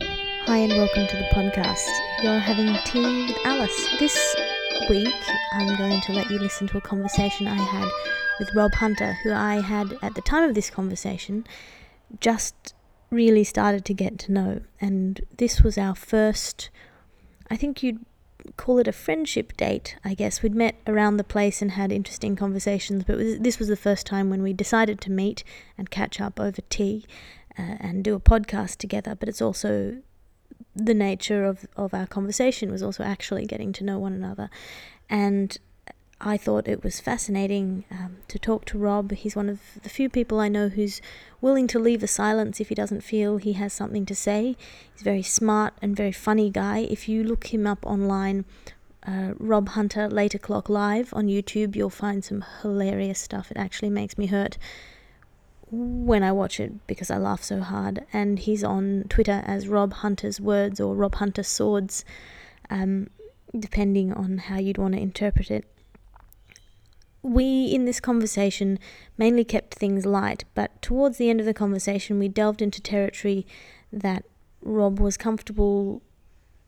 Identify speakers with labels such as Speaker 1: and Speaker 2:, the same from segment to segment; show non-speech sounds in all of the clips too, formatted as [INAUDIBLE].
Speaker 1: Hi, and welcome to the podcast. You're having tea with Alice. This week, I'm going to let you listen to a conversation I had with Rob Hunter, who I had at the time of this conversation just really started to get to know. And this was our first, I think you'd call it a friendship date, I guess. We'd met around the place and had interesting conversations, but it was- this was the first time when we decided to meet and catch up over tea uh, and do a podcast together. But it's also the nature of, of our conversation was also actually getting to know one another. And I thought it was fascinating um, to talk to Rob. He's one of the few people I know who's willing to leave a silence if he doesn't feel he has something to say. He's a very smart and very funny guy. If you look him up online, uh, Rob Hunter, Late O'Clock Live on YouTube, you'll find some hilarious stuff. It actually makes me hurt when I watch it because I laugh so hard. And he's on Twitter as Rob Hunter's Words or Rob Hunter Swords, um, depending on how you'd want to interpret it. We, in this conversation, mainly kept things light, but towards the end of the conversation, we delved into territory that Rob was comfortable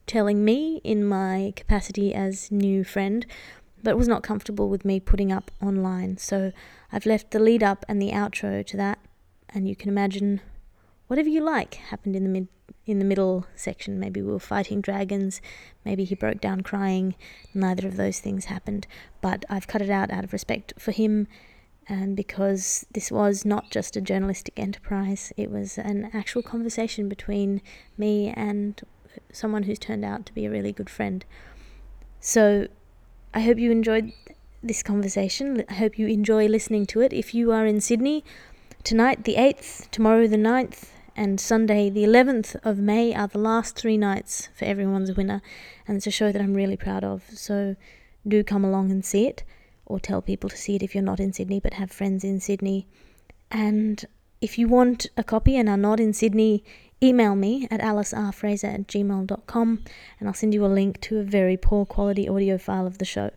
Speaker 1: telling me in my capacity as new friend, but was not comfortable with me putting up online. So I've left the lead up and the outro to that, and you can imagine whatever you like happened in the mid in the middle section. Maybe we were fighting dragons, maybe he broke down crying. Neither of those things happened, but I've cut it out out of respect for him. And because this was not just a journalistic enterprise, it was an actual conversation between me and someone who's turned out to be a really good friend. So I hope you enjoyed this conversation. I hope you enjoy listening to it. If you are in Sydney, tonight the 8th, tomorrow the 9th, and Sunday the 11th of May are the last three nights for everyone's winner. And it's a show that I'm really proud of. So do come along and see it, or tell people to see it if you're not in Sydney but have friends in Sydney. And if you want a copy and are not in Sydney, email me at alicerfraser at gmail.com and I'll send you a link to a very poor quality audio file of the show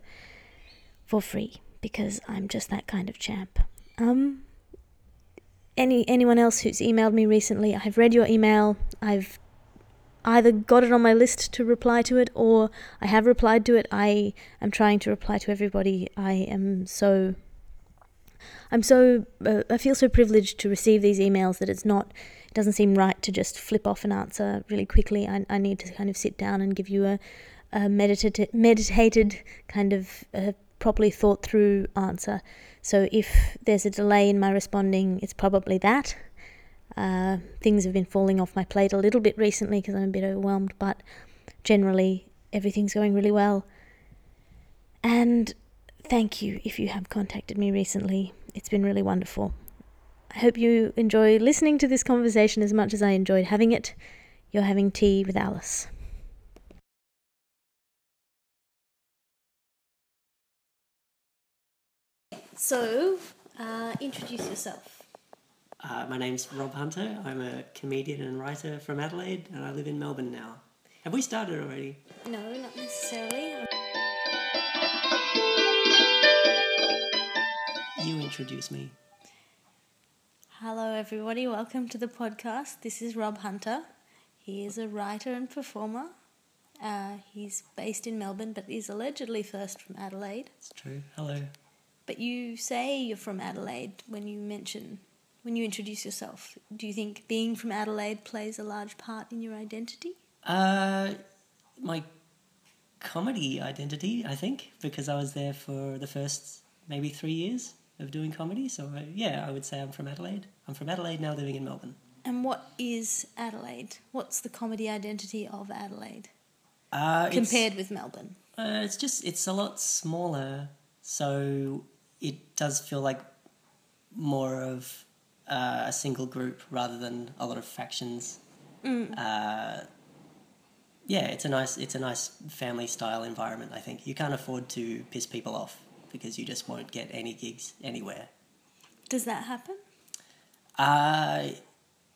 Speaker 1: for free because I'm just that kind of champ. Um, any anyone else who's emailed me recently, I've read your email. I've either got it on my list to reply to it or I have replied to it. I am trying to reply to everybody. I am so I'm so uh, I feel so privileged to receive these emails that it's not it doesn't seem right to just flip off an answer really quickly. I, I need to kind of sit down and give you a, a meditati- meditated kind of uh, properly thought through answer. So if there's a delay in my responding, it's probably that. Uh, things have been falling off my plate a little bit recently because I'm a bit overwhelmed, but generally everything's going really well. And thank you if you have contacted me recently. It's been really wonderful. I hope you enjoy listening to this conversation as much as I enjoyed having it. You're having tea with Alice. So, uh, introduce yourself.
Speaker 2: Uh, my name's Rob Hunter. I'm a comedian and writer from Adelaide, and I live in Melbourne now. Have we started already?
Speaker 1: No, not necessarily.
Speaker 2: You introduce me.
Speaker 1: Hello, everybody. Welcome to the podcast. This is Rob Hunter. He is a writer and performer. Uh, he's based in Melbourne, but is allegedly first from Adelaide.
Speaker 2: It's true. Hello.
Speaker 1: But you say you're from Adelaide when you mention, when you introduce yourself. Do you think being from Adelaide plays a large part in your identity?
Speaker 2: Uh, my comedy identity, I think, because I was there for the first maybe three years of doing comedy. So I, yeah, I would say I'm from Adelaide. I'm from Adelaide now, living in Melbourne.
Speaker 1: And what is Adelaide? What's the comedy identity of Adelaide
Speaker 2: Uh, it's-
Speaker 1: compared with Melbourne?
Speaker 2: Uh, it's just it's a lot smaller, so it does feel like more of uh, a single group rather than a lot of factions.
Speaker 1: Mm.
Speaker 2: Uh, yeah, it's a nice it's a nice family style environment. I think you can't afford to piss people off because you just won't get any gigs anywhere.
Speaker 1: Does that happen?
Speaker 2: Uh,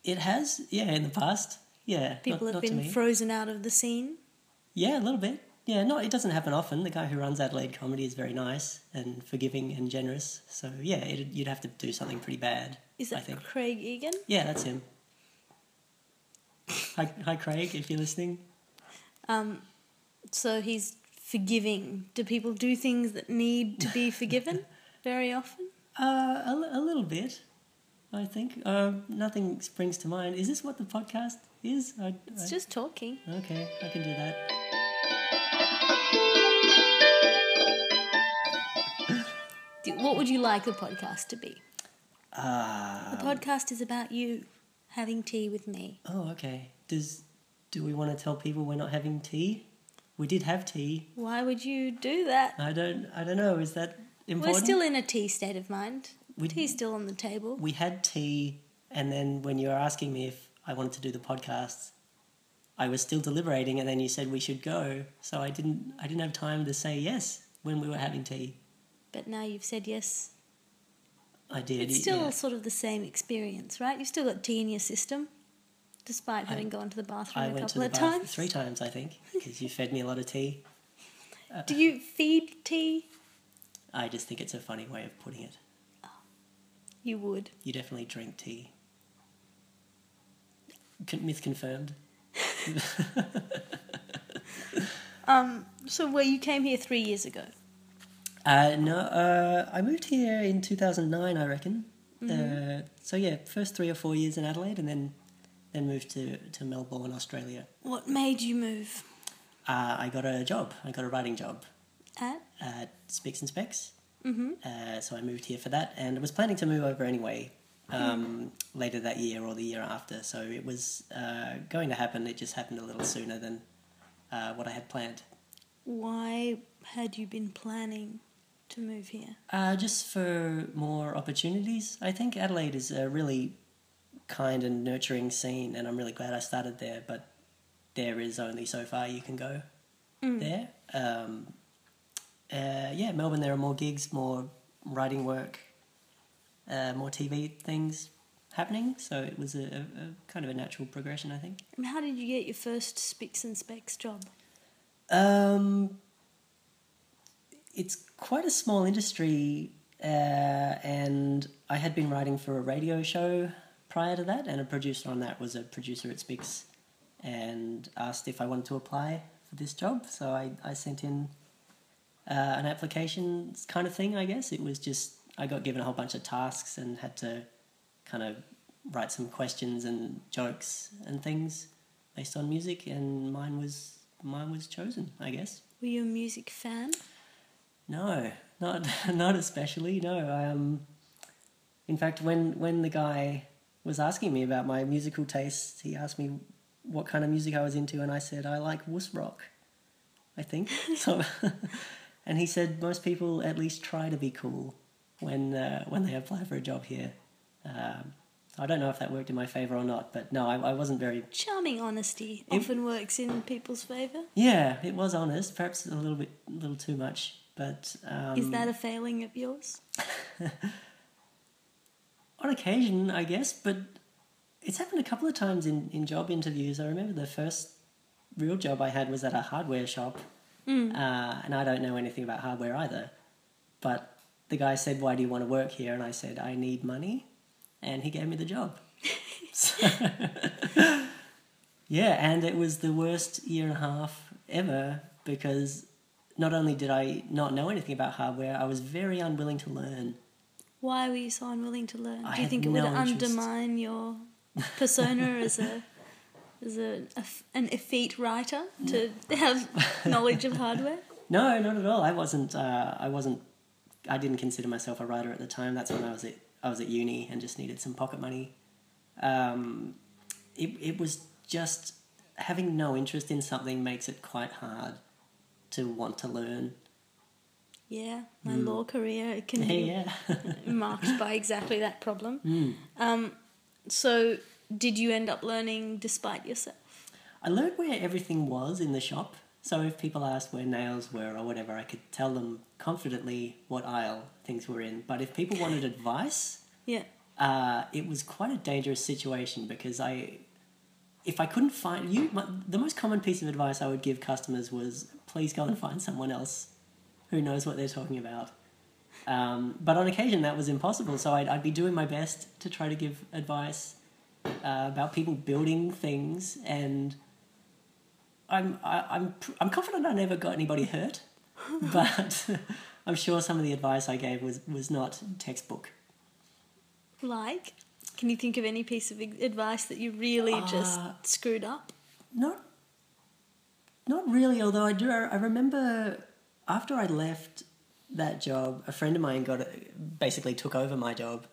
Speaker 2: it has yeah in the past yeah not-
Speaker 1: People
Speaker 2: not
Speaker 1: have
Speaker 2: to
Speaker 1: been
Speaker 2: me.
Speaker 1: frozen out of the scene.
Speaker 2: Yeah, a little bit. Yeah, no, it doesn't happen often. The guy who runs Adelaide Comedy is very nice and forgiving and generous. So yeah, it, you'd have to do something pretty bad.
Speaker 1: Is
Speaker 2: I
Speaker 1: that
Speaker 2: think.
Speaker 1: Craig Egan?
Speaker 2: Yeah, that's him. Hi, hi, Craig, if you're listening.
Speaker 3: So he's forgiving. Do people do things that need to be forgiven
Speaker 2: [LAUGHS]
Speaker 3: very often?
Speaker 2: Uh, a, li- a little bit, I think. Uh, nothing springs to mind. Is this what the podcast is? I, I-
Speaker 3: It's just talking.
Speaker 2: okay, I can do that.
Speaker 3: Do- What would you like the podcast to be?
Speaker 2: Ah.
Speaker 3: The podcast is about you having tea with me.
Speaker 2: oh, okay. Does do we want to tell people we're not having tea? We did have tea.
Speaker 3: Why would you do that?
Speaker 2: I don't. I don't know. Is that important?
Speaker 3: We're still in a tea state of mind.
Speaker 2: We-
Speaker 3: Tea's still on the table.
Speaker 2: we had tea, and then when you were asking me if I wanted to do the podcast, I was still deliberating, and then you said we should go. So I didn't. I didn't have time to say yes when we were having tea.
Speaker 3: But now you've said yes.
Speaker 2: I did.
Speaker 3: It's
Speaker 2: yeah.
Speaker 3: still sort of the same experience, right? You've still got tea in your system, despite
Speaker 2: I-
Speaker 3: having gone to the bathroom
Speaker 2: I
Speaker 3: a
Speaker 2: went to
Speaker 3: couple
Speaker 2: the
Speaker 3: of
Speaker 2: bath
Speaker 3: times.
Speaker 2: three times, I
Speaker 3: [LAUGHS]
Speaker 2: think, because you fed me a lot of tea.
Speaker 3: Do you feed tea?
Speaker 2: I just think it's a funny way of putting it.
Speaker 3: You would.
Speaker 2: You definitely drink tea. Con- myth confirmed.
Speaker 3: So, where you came here three years ago,
Speaker 2: Uh, no, uh, I moved here in 2009, I reckon. Uh, so yeah, first three or four years in Adelaide, and then then moved to to Melbourne, Australia.
Speaker 3: what made you move?
Speaker 2: Uh, I got a job. I got a writing job
Speaker 3: At
Speaker 2: at Speaks and Specs. Mm-hmm. Uh, so I moved here for that, and I was planning to move over anyway um, later that year or the year after. So it was uh, going to happen. It just happened a little sooner than uh, what I had planned.
Speaker 3: why had you been planning to move here?
Speaker 2: Uh, just for more opportunities. I think Adelaide is a really kind and nurturing scene, and I'm really glad I started there, but there is only so far you can go there. Um, uh, yeah, Melbourne, there are more gigs, more writing work, uh, more TV things happening, so it was a, a, a kind of a natural progression, I think.
Speaker 3: And how did you get your first Spicks and Specks job?
Speaker 2: Um, it's quite a small industry, uh, and I had been writing for a radio show prior to that, and a producer on that was a producer at Spix and asked if I wanted to apply for this job. So I, I sent in uh, an application kind of thing, I guess. It was just, I got given a whole bunch of tasks and had to kind of write some questions and jokes and things based on music and mine was mine was chosen i guess
Speaker 3: Were you a music fan?
Speaker 2: no not [LAUGHS] not especially no i um in fact when when the guy was asking me about my musical tastes he asked me what kind of music i was into and i said i like wuss rock i
Speaker 3: [LAUGHS]
Speaker 2: think so [LAUGHS] and he said most people at least try to be cool when uh, when they apply for a job here um, so i don't know if that worked in my favor or not but no i, I wasn't very
Speaker 3: Charming honesty
Speaker 2: It-
Speaker 3: often works in people's favour.
Speaker 2: Yeah, it was honest. Perhaps a little bit, a little too much. But um,
Speaker 3: Is that a failing of yours?
Speaker 2: on occasion, I guess. But it's happened a couple of times in, in job interviews. I remember the first real job I had was at a hardware shop, uh, and I don't know anything about hardware either. But the guy said, "Why do you want to work here?" And I said, "I need money," and he gave me the job. [LAUGHS] So- yeah, and it was the worst year and a half ever because not only did I not know anything about hardware, I was very unwilling to learn.
Speaker 3: Why were you so unwilling to learn?
Speaker 2: I
Speaker 3: Do you
Speaker 2: had
Speaker 3: think it would
Speaker 2: no interest.
Speaker 3: undermine your persona as a as a, a f- an effete writer
Speaker 2: [LAUGHS]
Speaker 3: to have knowledge of hardware?
Speaker 2: No, not at all. I wasn't. Uh, I wasn't. I didn't consider myself a writer at the time. That's when I was at I was at uni and just needed some pocket money. Um, it it was just having no interest in something makes it quite hard to want to learn.
Speaker 3: Yeah, my
Speaker 2: Mm.
Speaker 3: law career it can be
Speaker 2: [LAUGHS] Yeah,
Speaker 3: marked by exactly that problem.
Speaker 2: Hmm.
Speaker 3: Um, so, did you end up learning despite yourself?
Speaker 2: I learned where everything was in the shop. So if people asked where nails were or whatever, I could tell them confidently what aisle things were in. But if people wanted advice,
Speaker 3: Yeah,
Speaker 2: uh, it was quite a dangerous situation because I, if I couldn't find you, my, the most common piece of advice I would give customers was please go and find someone else who knows what they're talking about. Um, but on occasion that was impossible, so I'd, I'd be doing my best to try to give advice, uh, about people building things, and I'm I, I'm pr- I'm confident I never got anybody hurt, but [LAUGHS] I'm sure some of the advice I gave was was not textbook.
Speaker 3: Like, can you think of any piece of advice that you really
Speaker 2: Uh,
Speaker 3: just screwed up?
Speaker 2: Not, not really. Although I do, I remember after I left that job, a friend of mine got basically took over my job,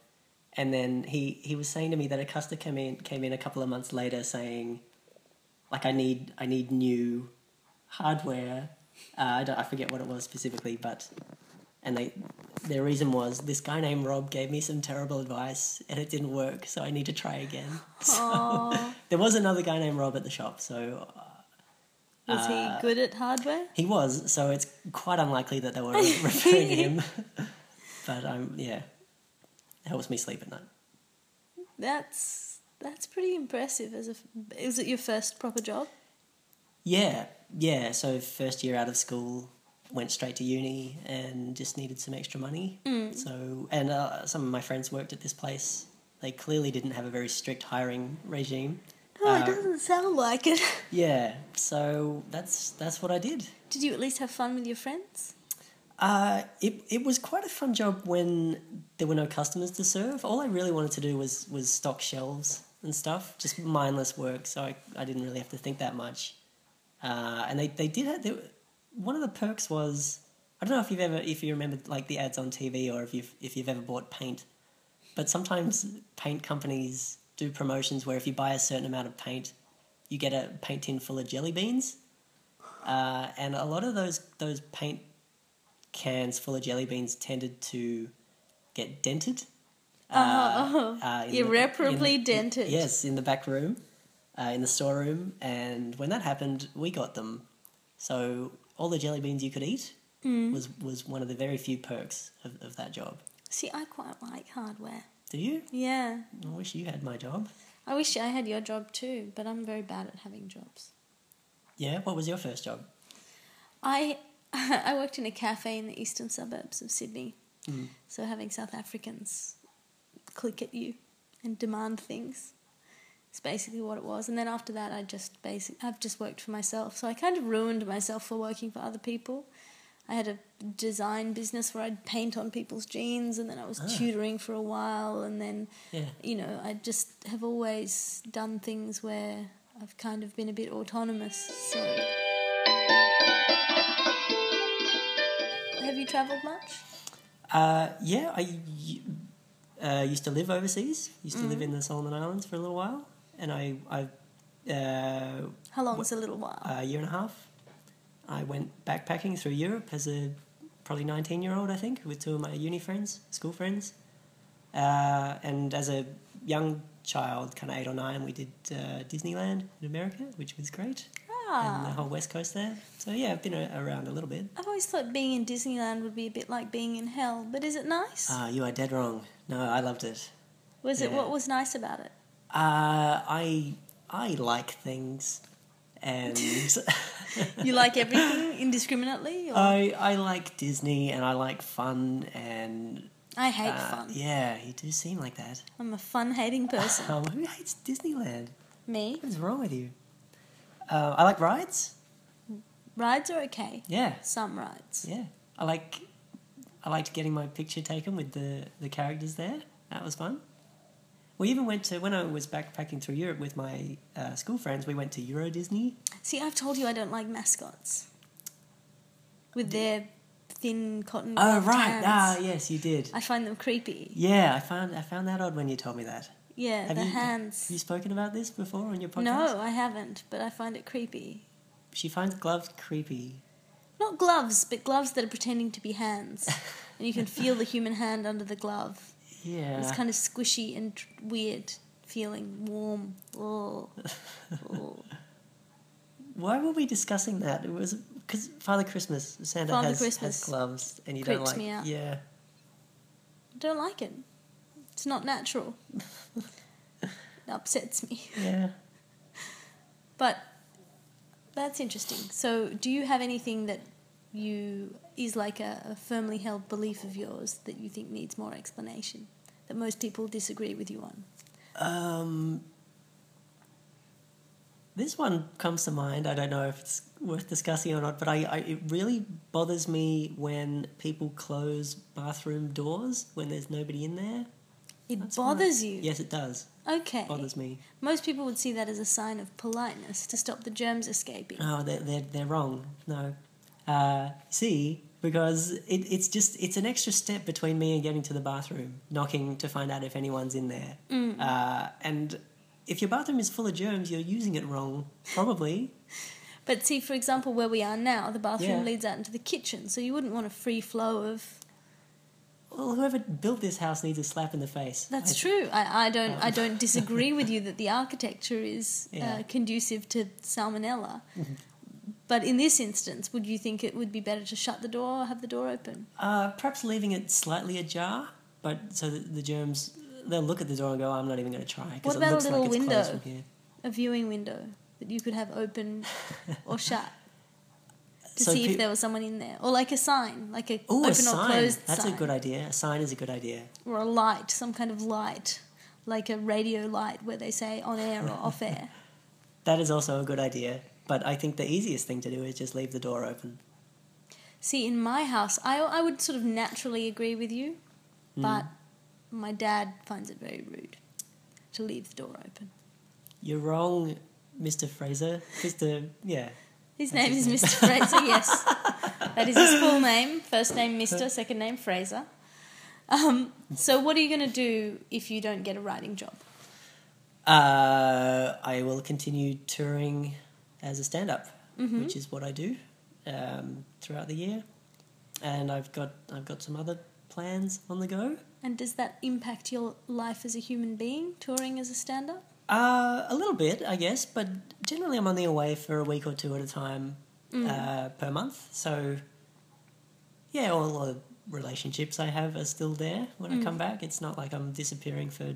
Speaker 2: and then he he was saying to me that a customer came in came in a couple of months later saying, like I need I need new hardware. Uh, I don't I forget what it was specifically, but and they their reason was this guy named Rob gave me some terrible advice and it didn't work, so I need to try again.
Speaker 3: Oh,
Speaker 2: There was another guy named Rob at the shop, so uh,
Speaker 3: was he good at hardware?
Speaker 2: he was. So it's quite unlikely that they were referring to him. [LAUGHS] but um, yeah, it helps me sleep at night.
Speaker 3: That's that's pretty impressive. As a, f- is it your first proper job?
Speaker 2: Yeah, yeah. So first year out of school, went straight to uni and just needed some extra money. So and uh, some of my friends worked at this place. They clearly didn't have a very strict hiring regime.
Speaker 3: Oh, it
Speaker 2: Uh,
Speaker 3: doesn't sound like it. [LAUGHS]
Speaker 2: Yeah, so that's that's what I did.
Speaker 3: Did you at least have fun with your friends?
Speaker 2: Uh, it it was quite a fun job when there were no customers to serve. All I really wanted to do was was stock shelves and stuff, just mindless work. So I, I didn't really have to think that much. Uh, and they they did have they, were- one of the perks was I don't know if you've ever if you remember like the ads on TV or if you've if you've ever bought paint, but sometimes paint companies do promotions where if you buy a certain amount of paint, you get a paint tin full of jelly beans. Uh, and a lot of those those paint cans full of jelly beans tended to get dented.
Speaker 3: Oh,
Speaker 2: uh, in the-
Speaker 3: irreparably
Speaker 2: in the-
Speaker 3: dented.
Speaker 2: Yes, in the back room, uh, in the storeroom. And when that happened, we got them. So all the jelly beans you could eat
Speaker 3: Mm.
Speaker 2: was, was one of the very few perks of, of that job.
Speaker 3: See, I quite like hardware.
Speaker 2: Do you?
Speaker 3: Yeah.
Speaker 2: I wish you had my job.
Speaker 3: I wish I had your job too, but I'm very bad at having jobs.
Speaker 2: Yeah, what was your first job?
Speaker 3: I [LAUGHS] I worked in a cafe in the eastern suburbs of Sydney. So having South Africans click at you and demand things is basically what it was. And then after that, I just basic I've just worked for myself. So I kind of ruined myself for working for other people. I had a design business where I'd paint on people's jeans, and then I was
Speaker 2: Ah.
Speaker 3: tutoring for a while, and then
Speaker 2: Yeah.
Speaker 3: you know, I just have always done things where I've kind of been a bit autonomous. So, have you travelled much?
Speaker 2: Uh, yeah, I y- uh, used to live overseas. Used to live
Speaker 3: Mm.
Speaker 2: in the Solomon Islands for a little while, and I, I uh,
Speaker 3: How long's a little while?
Speaker 2: a year and a half. I went backpacking through Europe as a probably 19 year old, I think, with two of my uni friends, school friends. Uh, and as a young child, kind of eight or nine, we did uh, Disneyland in America, which was great, and uh, the
Speaker 3: ah,
Speaker 2: whole West Coast there. So yeah, I've been a- around a little bit.
Speaker 3: I've always thought being in Disneyland would be a bit like being in hell, but is it nice?
Speaker 2: Ah, you are dead wrong. No, I loved it.
Speaker 3: was it
Speaker 2: yeah.
Speaker 3: what was nice about it?
Speaker 2: Uh, I I like things, [LAUGHS] and
Speaker 3: You
Speaker 2: [LAUGHS]
Speaker 3: like everything indiscriminately? Or?
Speaker 2: I I like Disney, and I like fun, and
Speaker 3: I hate
Speaker 2: Uh,
Speaker 3: fun.
Speaker 2: Yeah, you do seem like that.
Speaker 3: I'm a fun-hating person.
Speaker 2: Um, who hates Disneyland?
Speaker 3: Me,
Speaker 2: What's wrong with you? Uh, I like rides.
Speaker 3: rides are okay.
Speaker 2: Yeah,
Speaker 3: Some rides.
Speaker 2: yeah. I like. I liked getting my picture taken with the the characters there. That was fun. We even went to when I was backpacking through Europe with my uh, school friends. We went to Euro Disney.
Speaker 3: See, I've told you I don't like mascots. With their thin cotton.
Speaker 2: Oh
Speaker 3: gloved
Speaker 2: right,
Speaker 3: hands.
Speaker 2: ah yes, you did.
Speaker 3: I find them creepy.
Speaker 2: Yeah, I found I found that odd when you told me that.
Speaker 3: Yeah,
Speaker 2: Have
Speaker 3: the
Speaker 2: you- Have
Speaker 3: hands.
Speaker 2: you spoken about this before on your podcast?
Speaker 3: No, I haven't, but I find it creepy.
Speaker 2: She finds gloves creepy.
Speaker 3: Not gloves, but gloves that are pretending to be
Speaker 2: [LAUGHS]
Speaker 3: hands. and you can feel the human hand under the glove.
Speaker 2: Yeah.
Speaker 3: It's kind of squishy and tr- weird feeling, warm.
Speaker 2: [LAUGHS]
Speaker 3: Ugh. Ugh.
Speaker 2: Why were we discussing that? It was because Father Christmas, Santa
Speaker 3: Father
Speaker 2: has,
Speaker 3: Christmas
Speaker 2: has gloves, and you don't
Speaker 3: creeps
Speaker 2: like.
Speaker 3: me out.
Speaker 2: Yeah,
Speaker 3: I don't like it. It's not
Speaker 2: [LAUGHS]
Speaker 3: natural. it upsets me.
Speaker 2: yeah.
Speaker 3: But that's interesting. So, do you have anything that you is like a, a firmly held belief of yours that you think needs more explanation that most people disagree with you on?
Speaker 2: Um, This one comes to mind. I don't know if it's worth discussing or not, but I, I it really bothers me when people close bathroom doors when there's nobody in there.
Speaker 3: It
Speaker 2: That's one of-
Speaker 3: bothers you.
Speaker 2: Yes, it does.
Speaker 3: Okay.
Speaker 2: bothers me.
Speaker 3: Most people would see that as a sign of politeness to stop the germs escaping.
Speaker 2: No, Oh, they're, they're, they're wrong. No. Uh, see, because it, it's just, it's an extra step between me and getting to the bathroom, knocking to find out if anyone's in there.
Speaker 3: Mm.
Speaker 2: Uh, and if your bathroom is full of germs, you're using it wrong, probably.
Speaker 3: But see, for example, where we are now, the bathroom
Speaker 2: Yeah.
Speaker 3: leads out into the kitchen, so you wouldn't want a free flow of.
Speaker 2: well, whoever built this house needs a slap in the face.
Speaker 3: That's
Speaker 2: I-
Speaker 3: true. I, I don't I
Speaker 2: Um. [LAUGHS]
Speaker 3: don't disagree with you that the architecture is uh,
Speaker 2: Yeah. Mm-hmm.
Speaker 3: conducive to salmonella. But in this instance, would you think it would be better to shut the door or have the door open?
Speaker 2: Uh, perhaps leaving it slightly ajar, but so that the germs, they'll look at the door and go, I'm not even going to try. 'cause it
Speaker 3: What about a
Speaker 2: looks
Speaker 3: little
Speaker 2: like it's closed
Speaker 3: window?
Speaker 2: from here."
Speaker 3: A viewing window that you could have
Speaker 2: [LAUGHS]
Speaker 3: open or shut to
Speaker 2: So
Speaker 3: see if
Speaker 2: pe-
Speaker 3: there was someone in there, or like a sign, like a
Speaker 2: Ooh,
Speaker 3: open
Speaker 2: a
Speaker 3: or
Speaker 2: sign.
Speaker 3: closed
Speaker 2: That's
Speaker 3: sign,
Speaker 2: a good idea. A sign is a good idea.
Speaker 3: or a light, some kind of light, like a radio light where they say on air or off air.
Speaker 2: That is also a good idea, but I think the easiest thing to do is just leave the door open.
Speaker 3: See, in my house, I, I would sort of naturally agree with you, but my dad finds it very rude to leave the door open.
Speaker 2: You're wrong, Mr. Fraser. Mr. Yeah.
Speaker 3: His
Speaker 2: That's
Speaker 3: name
Speaker 2: his
Speaker 3: is Mr. Fraser, yes. That is his full name. First name, Mr., second name, Fraser. Um, so, what are you going to do if you don't get a writing job?
Speaker 2: Uh, I will continue touring as a stand up, which is what I do um, throughout the year. And I've got I've got some other plans on the go.
Speaker 3: And does that impact your life as a human being, touring as a stand up?
Speaker 2: Uh, a little bit, I guess, but generally I'm only away for a week or two at a time uh, per month. So, yeah, all the relationships I have are still there when I come back. It's not like I'm disappearing for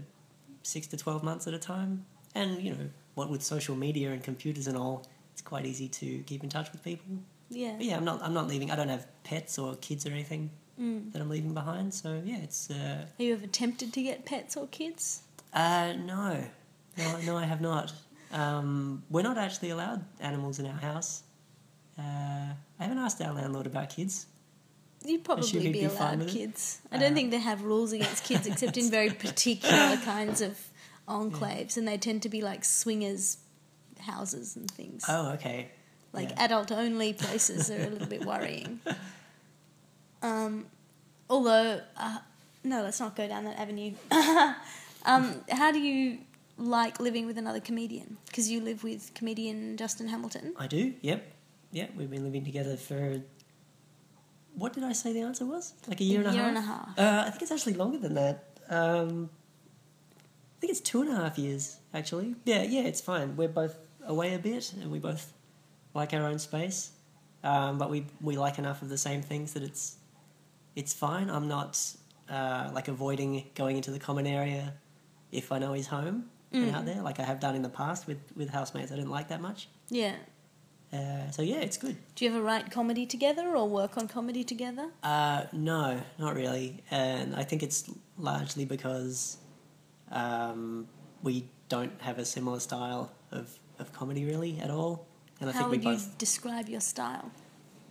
Speaker 2: six to 12 months at a time. And, you know, what with social media and computers and all, it's quite easy to keep in touch with people.
Speaker 3: Yeah.
Speaker 2: But yeah, I'm not, I'm not leaving. I don't have pets or kids or anything
Speaker 3: Mm.
Speaker 2: that I'm leaving behind. So, yeah, it's. Uh,
Speaker 3: Are you ever tempted to get pets or kids?
Speaker 2: uh, no, no, no, I have not. Um, we're not actually allowed animals in our house. Uh, I haven't asked our landlord about kids.
Speaker 3: You'd probably
Speaker 2: Assume
Speaker 3: be,
Speaker 2: he'd be fine
Speaker 3: allowed
Speaker 2: with it?
Speaker 3: kids. I don't
Speaker 2: Uh,
Speaker 3: think they have rules against kids except
Speaker 2: [LAUGHS]
Speaker 3: in very particular kinds of enclaves, and they tend to be like swingers houses and things.
Speaker 2: Oh, okay.
Speaker 3: like
Speaker 2: yeah.
Speaker 3: adult only places are a little
Speaker 2: [LAUGHS]
Speaker 3: bit worrying. Um, although, uh, no, let's not go down that avenue. [LAUGHS] um, how do you like living with another comedian? Because you live with comedian Justin Hamilton.
Speaker 2: I do. Yep, yep. We've been living together for. What did I say the answer was? Like a year, and, a
Speaker 3: year
Speaker 2: half?
Speaker 3: and a half.
Speaker 2: Uh, I think it's actually longer than that. Um, I think it's two and a half years, actually. Yeah, yeah, it's fine. We're both away a bit, and we both like our own space, um, but we we like enough of the same things that it's it's fine. I'm not uh, like avoiding going into the common area if I know he's home and
Speaker 3: Mm.
Speaker 2: out there, like I have done in the past with with housemates. I didn't like that much.
Speaker 3: Yeah.
Speaker 2: Uh, so yeah, it's good.
Speaker 3: Do you ever write comedy together or work on comedy together?
Speaker 2: Uh, no, not really. And I think it's largely because um, we don't have a similar style of, of comedy really at all. And I
Speaker 3: How
Speaker 2: think we
Speaker 3: would you
Speaker 2: both.
Speaker 3: describe your style?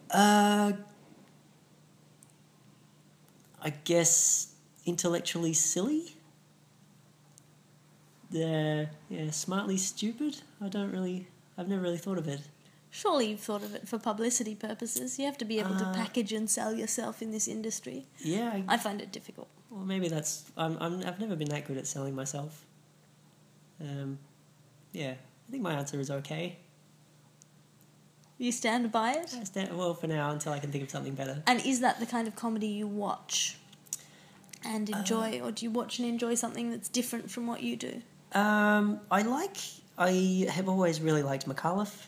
Speaker 2: Uh, I guess intellectually silly. Yeah, yeah, smartly stupid. I don't really. I've never really thought of it.
Speaker 3: Surely you've thought of it for publicity purposes. You have to be able to
Speaker 2: Uh,
Speaker 3: package and sell yourself in this industry.
Speaker 2: Yeah, I,
Speaker 3: I find it difficult.
Speaker 2: Well, maybe that's. I'm, I'm, I've never been that good at selling myself. Um, yeah, I think my answer is okay.
Speaker 3: You stand by it?
Speaker 2: I stand, well, for now, until I can think of something better.
Speaker 3: And is that the kind of comedy you watch and
Speaker 2: Uh.
Speaker 3: enjoy, or do you watch and enjoy something that's different from what you do?
Speaker 2: Um, I like. I have always really liked McAuliffe.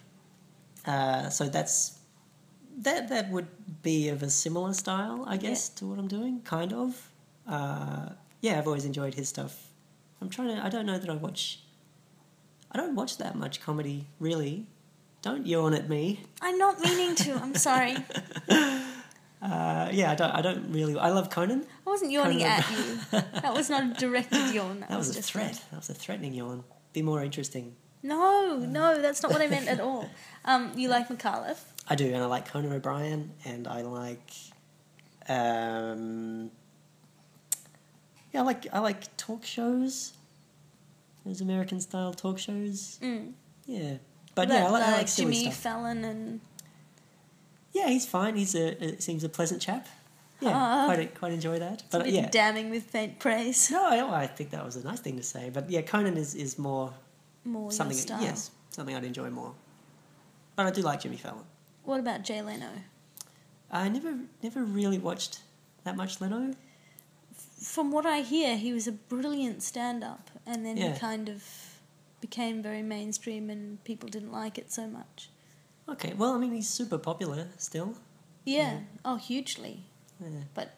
Speaker 2: Uh, so that's. That, that would be of a similar style, I guess, to what I'm doing, kind of. Uh, yeah, I've always enjoyed his stuff. I'm trying to. I don't know that I watch. I don't watch that much comedy, really. Don't yawn at me.
Speaker 3: I'm not meaning to, I'm sorry.
Speaker 2: Uh, yeah, I don't. I don't really. I love Conan.
Speaker 3: I wasn't yawning
Speaker 2: Kind
Speaker 3: at you. That was not a directed yawn.
Speaker 2: [LAUGHS]
Speaker 3: That,
Speaker 2: That was, a
Speaker 3: just
Speaker 2: threat. That was a threatening yawn. Be more interesting.
Speaker 3: No, no, that's not what I meant at all. Um, you like McAuliffe.
Speaker 2: I do, and I like Conan O'Brien, and I like, um, yeah, I like I like talk shows. Those American style talk shows.
Speaker 3: Mm.
Speaker 2: Yeah, but
Speaker 3: But,
Speaker 2: yeah, I like, I
Speaker 3: uh,
Speaker 2: like silly
Speaker 3: Jimmy
Speaker 2: stuff.
Speaker 3: Fallon and
Speaker 2: Yeah, he's fine. He's a uh, seems a pleasant chap. Yeah,
Speaker 3: Ah.
Speaker 2: quite quite enjoy that.
Speaker 3: it's a
Speaker 2: But
Speaker 3: bit
Speaker 2: yeah,
Speaker 3: damning with faint praise. [LAUGHS]
Speaker 2: no, I, I think that was a nice thing to say. But yeah, Conan is is more
Speaker 3: More
Speaker 2: something.
Speaker 3: your style.
Speaker 2: Yes, something I'd enjoy more. But I do like Jimmy Fallon.
Speaker 3: What about Jay Leno?
Speaker 2: I never never really watched that much Leno.
Speaker 3: From what I hear, he was a brilliant stand-up, and then
Speaker 2: Yeah.
Speaker 3: he kind of became very mainstream, and people didn't like it so much.
Speaker 2: Okay, well, I mean, he's super popular still.
Speaker 3: Yeah. Oh, hugely.
Speaker 2: Yeah,
Speaker 3: But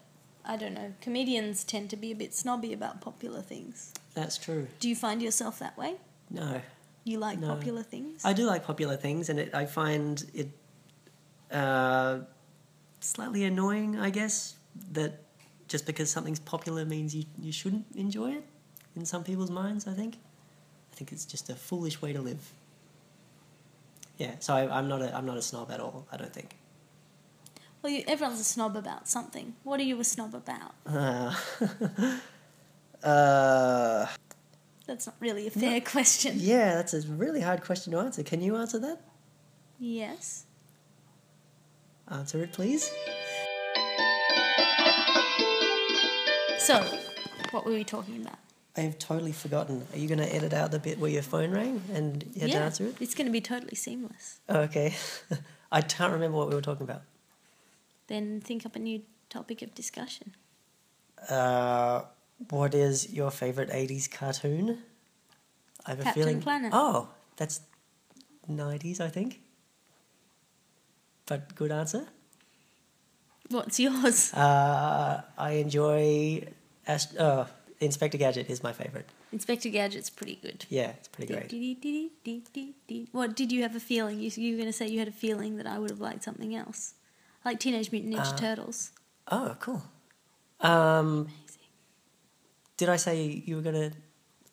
Speaker 3: I don't know. Comedians tend to be a bit snobby about popular things.
Speaker 2: that's true.
Speaker 3: Do you find yourself that way?
Speaker 2: No,
Speaker 3: You like
Speaker 2: No.
Speaker 3: popular things?
Speaker 2: I do like popular things, and it, I find it uh, slightly annoying, I guess, that just because something's popular means you, you shouldn't enjoy it in some people's minds, I think. I think it's just a foolish way to live. Yeah, so I, I'm, not a, I'm not a snob at all, I don't think.
Speaker 3: Well, you, everyone's a snob about something. What are you a snob about?
Speaker 2: Uh, [LAUGHS] uh,
Speaker 3: That's not really a fair [LAUGHS] question.
Speaker 2: yeah, that's a really hard question to answer. Can you answer that?
Speaker 3: Yes.
Speaker 2: Answer it, please.
Speaker 3: So, what were we talking about?
Speaker 2: I have totally forgotten. Are you going to edit out the bit where your phone rang and you had to answer it?
Speaker 3: It's going to be totally seamless.
Speaker 2: Oh, okay. [LAUGHS] I can't remember what we were talking about.
Speaker 3: Then think up a new topic of discussion.
Speaker 2: Uh, what is your favorite 80s cartoon? I have a
Speaker 3: Captain
Speaker 2: feeling.
Speaker 3: Planet.
Speaker 2: Oh, that's 90s, I think. But good answer.
Speaker 3: What's yours? [LAUGHS]
Speaker 2: Uh, I enjoy. Ast- oh, Inspector Gadget is my favorite.
Speaker 3: Inspector Gadget's pretty good.
Speaker 2: Yeah, it's pretty great.
Speaker 3: Dee-dee-dee-dee-dee-dee. What did you have a feeling? You, you were going to say you had a feeling that I would have liked something else, like Teenage Mutant
Speaker 2: Uh.
Speaker 3: Ninja Turtles.
Speaker 2: Oh, cool. Um,
Speaker 3: Amazing.
Speaker 2: Did I say you were gonna?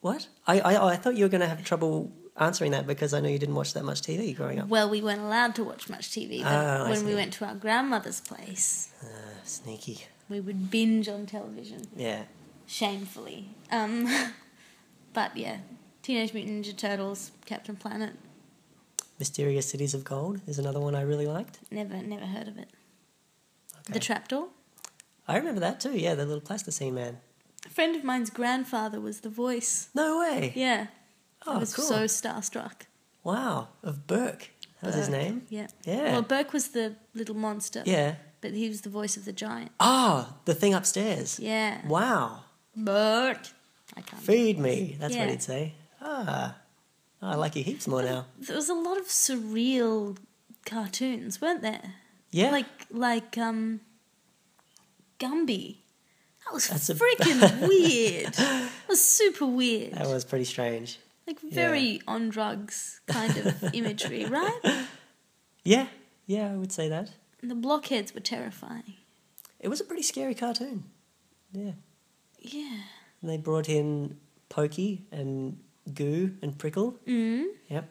Speaker 2: What? I oh, I, I thought you were gonna have trouble answering that because I know you didn't watch that much TV growing up.
Speaker 3: Well, we weren't allowed to watch much TV, but
Speaker 2: Ah, I
Speaker 3: when we
Speaker 2: see.
Speaker 3: went to our grandmother's place,
Speaker 2: Uh, sneaky.
Speaker 3: we would binge on television.
Speaker 2: Yeah.
Speaker 3: shamefully. Um, [LAUGHS] but yeah, Teenage Mutant Ninja Turtles, Captain Planet,
Speaker 2: Mysterious Cities of Gold is another one I really liked.
Speaker 3: never never heard of it.
Speaker 2: Okay.
Speaker 3: The Trapdoor.
Speaker 2: I remember that too. Yeah, the little plasticine man.
Speaker 3: A friend of mine's grandfather was the voice.
Speaker 2: No way.
Speaker 3: Yeah, I
Speaker 2: Oh,
Speaker 3: was
Speaker 2: cool.
Speaker 3: so starstruck.
Speaker 2: Wow. Of Burke. That was his
Speaker 3: Burke,
Speaker 2: name.
Speaker 3: Yeah.
Speaker 2: Yeah.
Speaker 3: Well, Burke was the little monster.
Speaker 2: Yeah.
Speaker 3: But he was the voice of the giant.
Speaker 2: Oh, the thing upstairs.
Speaker 3: Yeah.
Speaker 2: Wow.
Speaker 3: Burke. I can't.
Speaker 2: Feed me. That's what
Speaker 3: Yeah.
Speaker 2: he'd say. Ah. I like you heaps more
Speaker 3: [LAUGHS]
Speaker 2: now.
Speaker 3: There was a lot of surreal cartoons, weren't there?
Speaker 2: Yeah.
Speaker 3: Like like um Gumby. That was
Speaker 2: That's a-
Speaker 3: freaking
Speaker 2: [LAUGHS]
Speaker 3: weird. It was super weird.
Speaker 2: that was pretty strange.
Speaker 3: Like very on drugs kind of
Speaker 2: [LAUGHS]
Speaker 3: imagery, right?
Speaker 2: Yeah. Yeah, I would say that.
Speaker 3: And the blockheads were terrifying.
Speaker 2: It was a pretty scary cartoon. Yeah.
Speaker 3: Yeah.
Speaker 2: And they brought in Pokey and Goo and Prickle.
Speaker 3: Mm.
Speaker 2: Yep.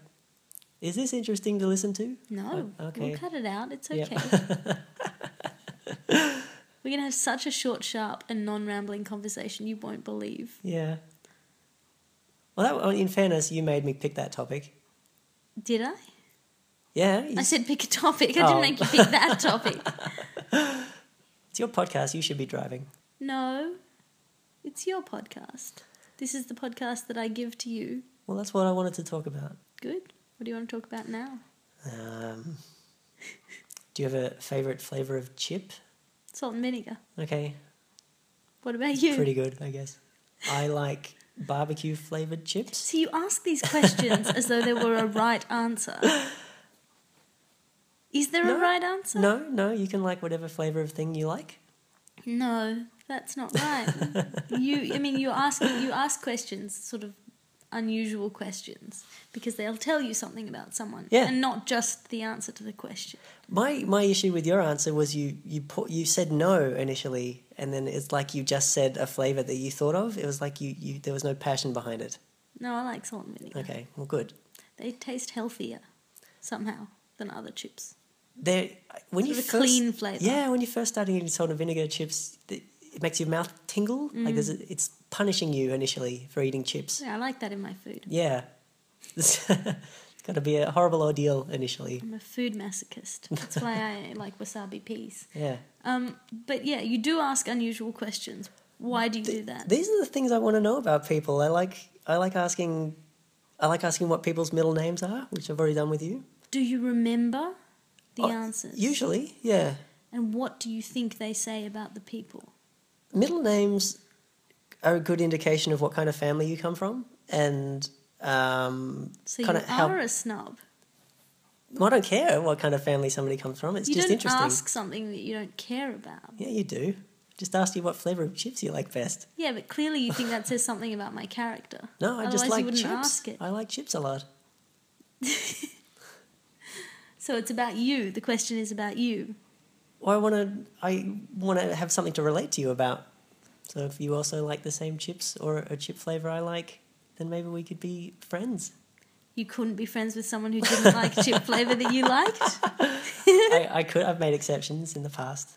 Speaker 2: Is this interesting to listen to?
Speaker 3: No.
Speaker 2: Oh, okay.
Speaker 3: We'll cut it out. It's
Speaker 2: Yep.
Speaker 3: okay.
Speaker 2: [LAUGHS]
Speaker 3: We're gonna have such a short, sharp, and non-rambling conversation. You won't believe.
Speaker 2: Yeah. Well, that, in fairness, you made me pick that topic.
Speaker 3: Did I?
Speaker 2: Yeah.
Speaker 3: I
Speaker 2: you-
Speaker 3: said pick a topic. I
Speaker 2: Oh.
Speaker 3: didn't make you pick
Speaker 2: [LAUGHS]
Speaker 3: that topic.
Speaker 2: It's your podcast. You should be driving.
Speaker 3: No, it's your podcast. This is the podcast that I give to you.
Speaker 2: Well, that's what I wanted to talk about.
Speaker 3: Good. What do you want to talk about now?
Speaker 2: Um, do you have a favorite flavor of chip?
Speaker 3: Salt and vinegar.
Speaker 2: Okay.
Speaker 3: What about you?
Speaker 2: Pretty good, I guess. I like barbecue flavored chips.
Speaker 3: so you ask these questions as though there were a right
Speaker 2: [LAUGHS]
Speaker 3: answer. Is there
Speaker 2: No.
Speaker 3: a right answer?
Speaker 2: No, no, you can like whatever flavor of thing you like.
Speaker 3: No, that's not
Speaker 2: [LAUGHS]
Speaker 3: right. you, I mean, you ask you ask questions, sort of unusual questions, because they'll tell you something about someone,
Speaker 2: Yeah.
Speaker 3: and not just the answer to the question.
Speaker 2: My my issue with your answer was you you put you said no initially, and then it's like you just said a flavor that you thought of. It was like you, you there was no passion behind it.
Speaker 3: No, I like salt and vinegar.
Speaker 2: Okay, well, good.
Speaker 3: They taste healthier somehow than other chips.
Speaker 2: They're when
Speaker 3: Sort
Speaker 2: you
Speaker 3: of a
Speaker 2: first,
Speaker 3: clean flavour.
Speaker 2: Yeah, when you first start eating salt and vinegar chips, th- it makes your mouth tingle.
Speaker 3: Mm.
Speaker 2: Like there's a, it's punishing you initially for eating chips.
Speaker 3: Yeah, I like that in my food.
Speaker 2: Yeah, it's [LAUGHS] got to be a horrible ordeal initially.
Speaker 3: I'm a food masochist.
Speaker 2: [LAUGHS]
Speaker 3: That's why I like wasabi peas.
Speaker 2: Yeah.
Speaker 3: Um, but yeah, you do ask unusual questions. Why do you do that?
Speaker 2: These are the things I want to know about people. I like I like asking I like asking what people's middle names are, which I've already done with you.
Speaker 3: Do you remember the
Speaker 2: Oh,
Speaker 3: answers?
Speaker 2: Usually, yeah.
Speaker 3: And what do you think they say about the people?
Speaker 2: Middle names are a good indication of what kind of family you come from and um
Speaker 3: So
Speaker 2: kind
Speaker 3: you
Speaker 2: of how
Speaker 3: are a snub.
Speaker 2: I don't care what kind of family somebody comes from. It's
Speaker 3: you
Speaker 2: just
Speaker 3: don't
Speaker 2: interesting.
Speaker 3: ask something that you don't care about.
Speaker 2: Yeah, you do. Just ask you what flavor of chips you like best.
Speaker 3: Yeah, but clearly you think that says something about my character.
Speaker 2: No, I
Speaker 3: Otherwise
Speaker 2: just
Speaker 3: you
Speaker 2: like
Speaker 3: wouldn't
Speaker 2: chips.
Speaker 3: ask it.
Speaker 2: I like chips a lot.
Speaker 3: So it's about you. The question is about you.
Speaker 2: Well, I want to. I want to have something to relate to you about. So if you also like the same chips or a chip flavor I like, then maybe we could be
Speaker 3: [LAUGHS]
Speaker 2: friends.
Speaker 3: You couldn't be friends with someone
Speaker 2: [LAUGHS]
Speaker 3: who didn't like chip flavour that you liked,
Speaker 2: I, I could. I've made exceptions in the past.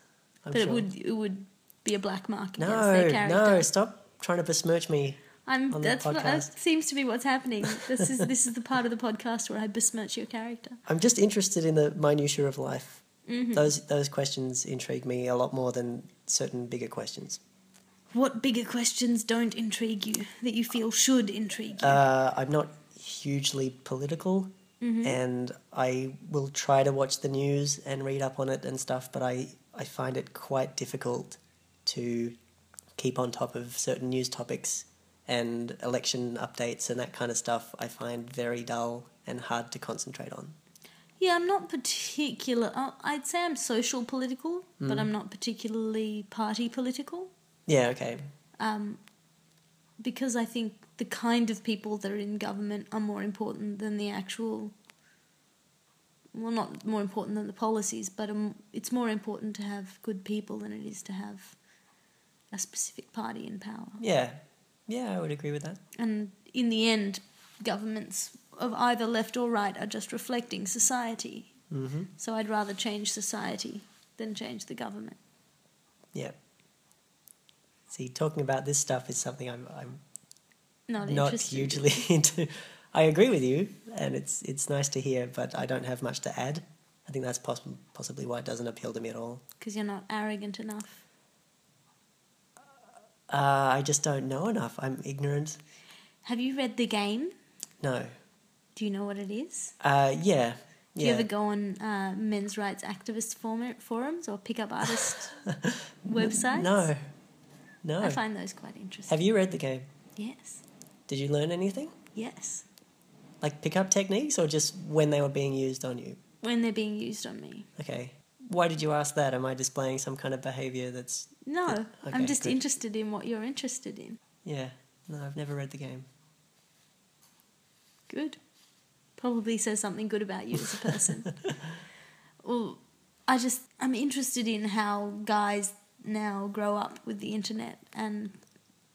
Speaker 2: I'm
Speaker 3: but it
Speaker 2: sure.
Speaker 3: would it would be a black mark against
Speaker 2: No,
Speaker 3: their character.
Speaker 2: no. Stop trying to besmirch me.
Speaker 3: I'm,
Speaker 2: on the
Speaker 3: that's what that
Speaker 2: podcast.
Speaker 3: seems to be what's happening. This is this is the part of the podcast where I besmirch your character.
Speaker 2: I'm just interested in the minutiae of life. Those those questions intrigue me a lot more than certain bigger questions.
Speaker 3: What bigger questions don't intrigue you that you feel should intrigue you?
Speaker 2: Uh, I'm not hugely political, and I will try to watch the news and read up on it and stuff, but I, I find it quite difficult to keep on top of certain news topics and election updates and that kind of stuff. I find very dull and hard to concentrate on.
Speaker 3: yeah, I'm not particular. Uh, I'd say I'm social political, but I'm not particularly party political.
Speaker 2: Yeah, okay.
Speaker 3: um, because I think the kind of people that are in government are more important than the actual. Well, not more important than the policies, but um, it's more important to have good people than it is to have a specific party in power.
Speaker 2: Yeah. Yeah, I would agree with that.
Speaker 3: And in the end, governments of either left or right are just reflecting society.
Speaker 2: Mhm.
Speaker 3: So I'd rather change society than change the government.
Speaker 2: Yeah. See, talking about this stuff is something I'm, I'm
Speaker 3: Not,
Speaker 2: not
Speaker 3: interested.
Speaker 2: hugely [LAUGHS] into. I agree with you, and it's it's nice to hear, but I don't have much to add. I think that's poss- possibly why it doesn't appeal to me at all.
Speaker 3: because you're not arrogant enough.
Speaker 2: Uh, I just don't know enough. I'm ignorant.
Speaker 3: Have you read The Game?
Speaker 2: No.
Speaker 3: Do you know what it is?
Speaker 2: Uh, yeah.
Speaker 3: Do
Speaker 2: yeah.
Speaker 3: you ever go on uh, men's rights activist form- forums or
Speaker 2: [LAUGHS]
Speaker 3: pickup artist websites?
Speaker 2: No. No.
Speaker 3: I find those quite interesting.
Speaker 2: have you read the game?
Speaker 3: Yes.
Speaker 2: Did you learn anything?
Speaker 3: Yes.
Speaker 2: Like pickup techniques, or just when they were being used on you?
Speaker 3: When they're being used on me.
Speaker 2: Okay. Why did you ask that? Am I displaying some kind of behavior that's
Speaker 3: No, I'm
Speaker 2: okay,
Speaker 3: just
Speaker 2: good.
Speaker 3: interested in what you're interested in.
Speaker 2: yeah? No, I've never read the game.
Speaker 3: Good. Probably says something good about you as a
Speaker 2: [LAUGHS]
Speaker 3: person. well, I just, I'm interested in how guys now grow up with the internet and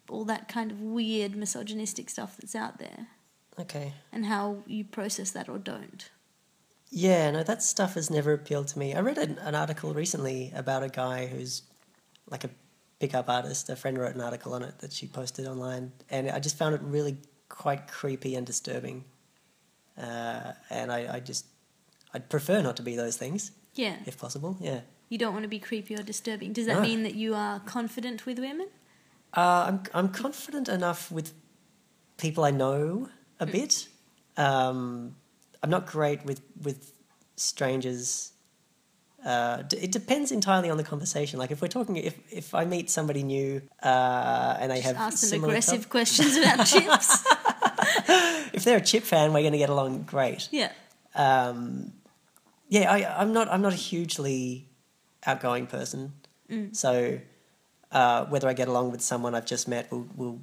Speaker 3: all that kind of weird misogynistic stuff that's out there.
Speaker 2: Okay.
Speaker 3: and how you process that or don't.
Speaker 2: Yeah, no, that stuff has never appealed to me. I read an, an article recently about a guy who's like a pickup artist. A friend wrote an article on it that she posted online, and I just found it really quite creepy and disturbing. Uh, and I, I just, I'd prefer not to be those things
Speaker 3: Yeah.
Speaker 2: if possible. Yeah,
Speaker 3: You don't want to be creepy or disturbing. Does that
Speaker 2: No.
Speaker 3: mean that you are confident with women?
Speaker 2: uh, I'm I'm confident enough with people I know
Speaker 3: Hmm.
Speaker 2: a bit. Um, I'm not great with with strangers. Uh, d- it depends entirely on the conversation. Like if we're talking, if if I meet somebody new uh, and they
Speaker 3: Just
Speaker 2: have
Speaker 3: ask them
Speaker 2: similar
Speaker 3: aggressive
Speaker 2: top- [LAUGHS]
Speaker 3: questions about chips.
Speaker 2: if they're a chip fan, we're going to get along great.
Speaker 3: Yeah.
Speaker 2: Um, yeah, I, I'm not I'm not a hugely outgoing person, so uh, whether I get along with someone I've just met will will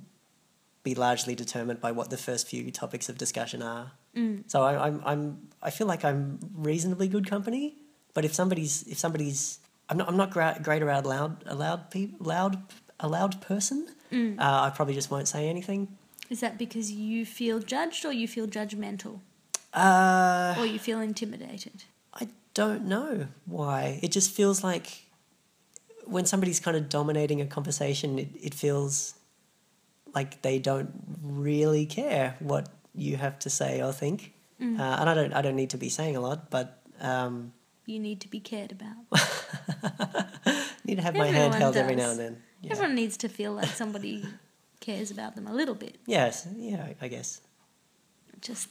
Speaker 2: be largely determined by what the first few topics of discussion are. So I, I'm I'm I feel like I'm reasonably good company, but if somebody's if somebody's I'm not I'm not gra- great around loud a loud pe- loud a loud person. Uh, I probably just won't say anything.
Speaker 3: Is that because you feel judged or you feel judgmental?
Speaker 2: Uh,
Speaker 3: or you feel intimidated?
Speaker 2: I don't know why. It just feels like when somebody's kind of dominating a conversation, it, it feels like they don't really care what you have to say or think.
Speaker 3: Mm.
Speaker 2: Uh, and I don't, I don't need to be saying a lot, but um,
Speaker 3: You need to be cared about.
Speaker 2: need to have my hand
Speaker 3: Everyone
Speaker 2: held every now
Speaker 3: does.
Speaker 2: and then. Yeah.
Speaker 3: Everyone needs to feel like
Speaker 2: [LAUGHS]
Speaker 3: somebody cares about them a little bit,
Speaker 2: Yes, yeah, I guess
Speaker 3: just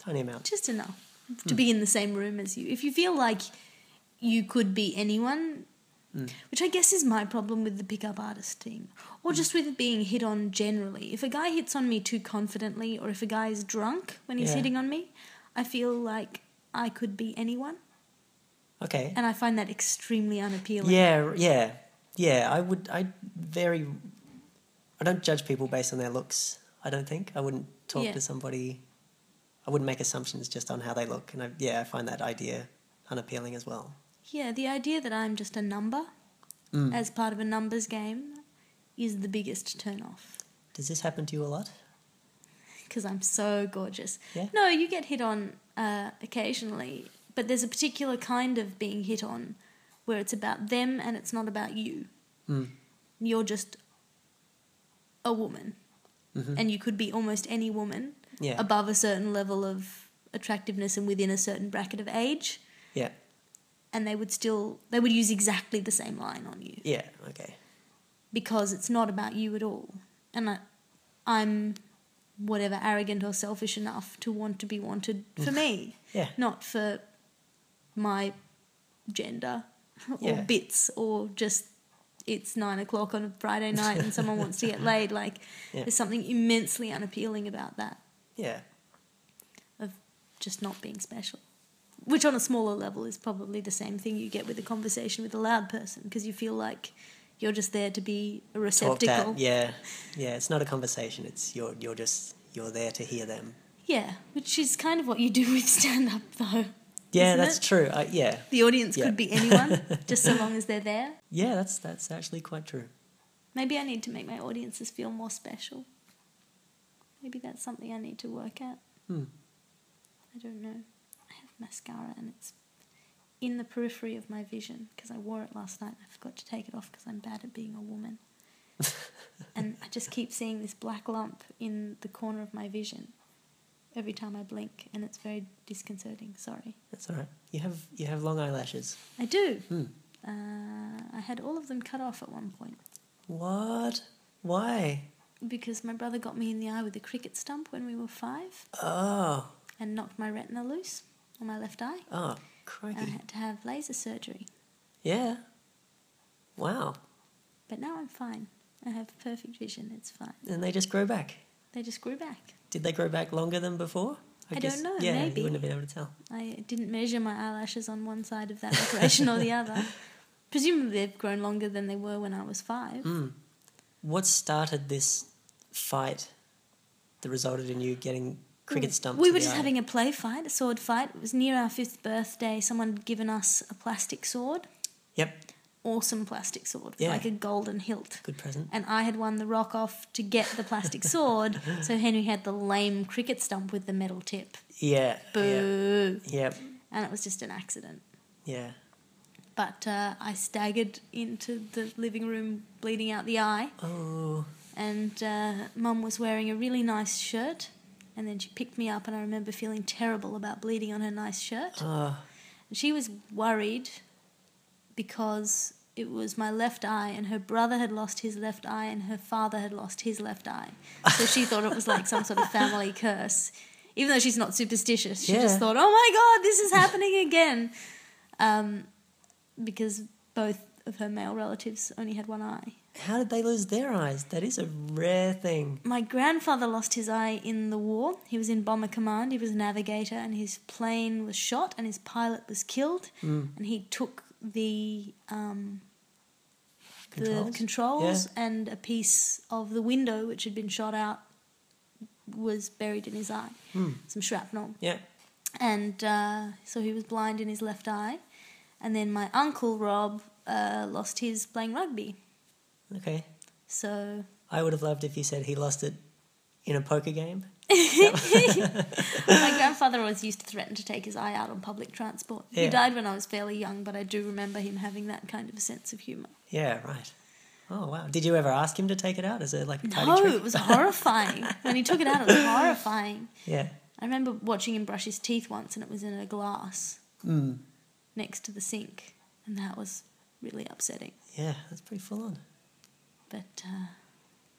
Speaker 2: tiny amount.
Speaker 3: just enough
Speaker 2: Hmm.
Speaker 3: to be in the same room as you. If you feel like you could be anyone,
Speaker 2: Hmm.
Speaker 3: which I guess is my problem with the pickup artist team, or
Speaker 2: Hmm.
Speaker 3: just with being hit on generally. If a guy hits on me too confidently, or if a guy is drunk when he's
Speaker 2: Yeah.
Speaker 3: hitting on me, I feel like I could be anyone,
Speaker 2: Okay.
Speaker 3: and I find that extremely unappealing.
Speaker 2: Yeah, r- yeah, yeah. I would. I very. I don't judge people based on their looks. I don't think I wouldn't talk
Speaker 3: Yeah.
Speaker 2: to somebody. I wouldn't make assumptions just on how they look, and I, yeah, I find that idea unappealing as well.
Speaker 3: Yeah, the idea that I'm just a number
Speaker 2: Mm.
Speaker 3: as part of a numbers game is the biggest turn off
Speaker 2: Does this happen to you a lot?
Speaker 3: because I'm so gorgeous.
Speaker 2: Yeah.
Speaker 3: No, you get hit on uh, occasionally, but there's a particular kind of being hit on where it's about them and it's not about you.
Speaker 2: Mm.
Speaker 3: You're just a woman,
Speaker 2: Mhm.
Speaker 3: and you could be almost any woman
Speaker 2: Yeah,
Speaker 3: above a certain level of attractiveness and within a certain bracket of age,
Speaker 2: yeah,
Speaker 3: and they would still they would use exactly the same line on you.
Speaker 2: yeah. Okay.
Speaker 3: because it's not about you at all. And I, I'm whatever arrogant or selfish enough to want to be wanted
Speaker 2: [LAUGHS]
Speaker 3: for me,
Speaker 2: Yeah,
Speaker 3: not for my gender or
Speaker 2: Yeah.
Speaker 3: bits or just it's nine o'clock on a Friday night and someone wants
Speaker 2: [LAUGHS]
Speaker 3: to get laid. Like,
Speaker 2: Yeah.
Speaker 3: there's something immensely unappealing about that,
Speaker 2: yeah,
Speaker 3: of just not being special. Which, on a smaller level, is probably the same thing you get with a conversation with a loud person because you feel like you're just there to be a
Speaker 2: talk
Speaker 3: receptacle.
Speaker 2: that. Yeah, yeah. It's not a conversation. It's you're you're just you're there to hear them.
Speaker 3: Yeah, which is kind of what you do [LAUGHS] with stand up, though.
Speaker 2: Yeah,
Speaker 3: Isn't
Speaker 2: that's
Speaker 3: it?
Speaker 2: true. I, yeah,
Speaker 3: The audience
Speaker 2: Yeah.
Speaker 3: could be anyone,
Speaker 2: [LAUGHS]
Speaker 3: just so long as they're there.
Speaker 2: yeah. That's that's actually quite true.
Speaker 3: Maybe I need to make my audiences feel more special. Maybe that's something I need to work at.
Speaker 2: Hmm.
Speaker 3: I don't know. I have mascara and it's in the periphery of my vision because I wore it last night. I forgot to take it off because I'm bad at being a
Speaker 2: [LAUGHS]
Speaker 3: woman. and I just keep seeing this black lump in the corner of my vision every time I blink, and it's very disconcerting. Sorry.
Speaker 2: That's all right. You have you have long eyelashes.
Speaker 3: I do.
Speaker 2: Hmm.
Speaker 3: Uh, I had all of them cut off at one point
Speaker 2: What? Why?
Speaker 3: because my brother got me in the eye with a cricket stump when we were five
Speaker 2: Oh,
Speaker 3: and knocked my retina loose on my left eye.
Speaker 2: oh,
Speaker 3: And I
Speaker 2: crikey!
Speaker 3: had to have laser surgery,
Speaker 2: Yeah. Wow.
Speaker 3: but now I'm fine. I have perfect vision. It's fine.
Speaker 2: And they just grow back.
Speaker 3: They just grew back.
Speaker 2: Did they grow back longer than before?
Speaker 3: I don't know,
Speaker 2: Yeah,
Speaker 3: maybe.
Speaker 2: you wouldn't have been able to tell.
Speaker 3: I didn't measure my eyelashes on one side of
Speaker 2: [LAUGHS]
Speaker 3: that operation or the other. Presumably, they've grown longer than they were when I was five.
Speaker 2: Mm. What started this fight that resulted in you getting cricket stumped?
Speaker 3: We
Speaker 2: to
Speaker 3: were
Speaker 2: the
Speaker 3: just
Speaker 2: eye?
Speaker 3: having a play fight, a sword fight. It was near our fifth birthday. Someone had given us a plastic sword.
Speaker 2: Yep.
Speaker 3: awesome plastic sword with
Speaker 2: Yeah.
Speaker 3: like a golden hilt.
Speaker 2: Good present.
Speaker 3: And I had won the rock off to get the plastic
Speaker 2: [LAUGHS]
Speaker 3: sword, so Henry had the lame cricket stump with the metal tip.
Speaker 2: Yeah. Yeah.
Speaker 3: Boo!
Speaker 2: Yep.
Speaker 3: And it was just an accident.
Speaker 2: Yeah.
Speaker 3: But uh, I staggered into the living room bleeding out the eye,
Speaker 2: Oh.
Speaker 3: and uh, Mum was wearing a really nice shirt. And then she picked me up, and I remember feeling terrible about bleeding on her nice shirt.
Speaker 2: Oh.
Speaker 3: And she was worried because it was my left eye, and her brother had lost his left eye, and her father had lost his left eye. So she thought it was like some sort of family curse. Even though she's not superstitious, she
Speaker 2: Yeah.
Speaker 3: just thought, oh my God, this is happening again. Um, because both of her male relatives only had one eye.
Speaker 2: How did they lose their eyes? That is a rare thing.
Speaker 3: My grandfather lost his eye in the war. He was in Bomber Command, he was a navigator, and his plane was shot, and his pilot was killed. And he took the um, the
Speaker 2: Controls?
Speaker 3: controls, and a piece of the window which had been shot out was buried in his eye, some shrapnel
Speaker 2: Yeah.
Speaker 3: and uh, so he was blind in his left eye. And then my uncle Rob uh, lost his playing rugby.
Speaker 2: Okay.
Speaker 3: So
Speaker 2: I would have loved if you said he lost it in a poker game.
Speaker 3: My grandfather always used to threaten to take his eye out on public transport. He
Speaker 2: Yeah.
Speaker 3: died when I was fairly young, but I do remember him having that kind of a sense of humour.
Speaker 2: Yeah, right. Oh wow! Did you ever ask him to take it out? Is it like a tiny
Speaker 3: No,
Speaker 2: trick?
Speaker 3: it was horrifying. when he took it out, it was horrifying.
Speaker 2: Yeah.
Speaker 3: I remember watching him brush his teeth once, and it was in a glass Hmm. next to the sink, and that was really upsetting.
Speaker 2: Yeah, that's pretty full on.
Speaker 3: But uh,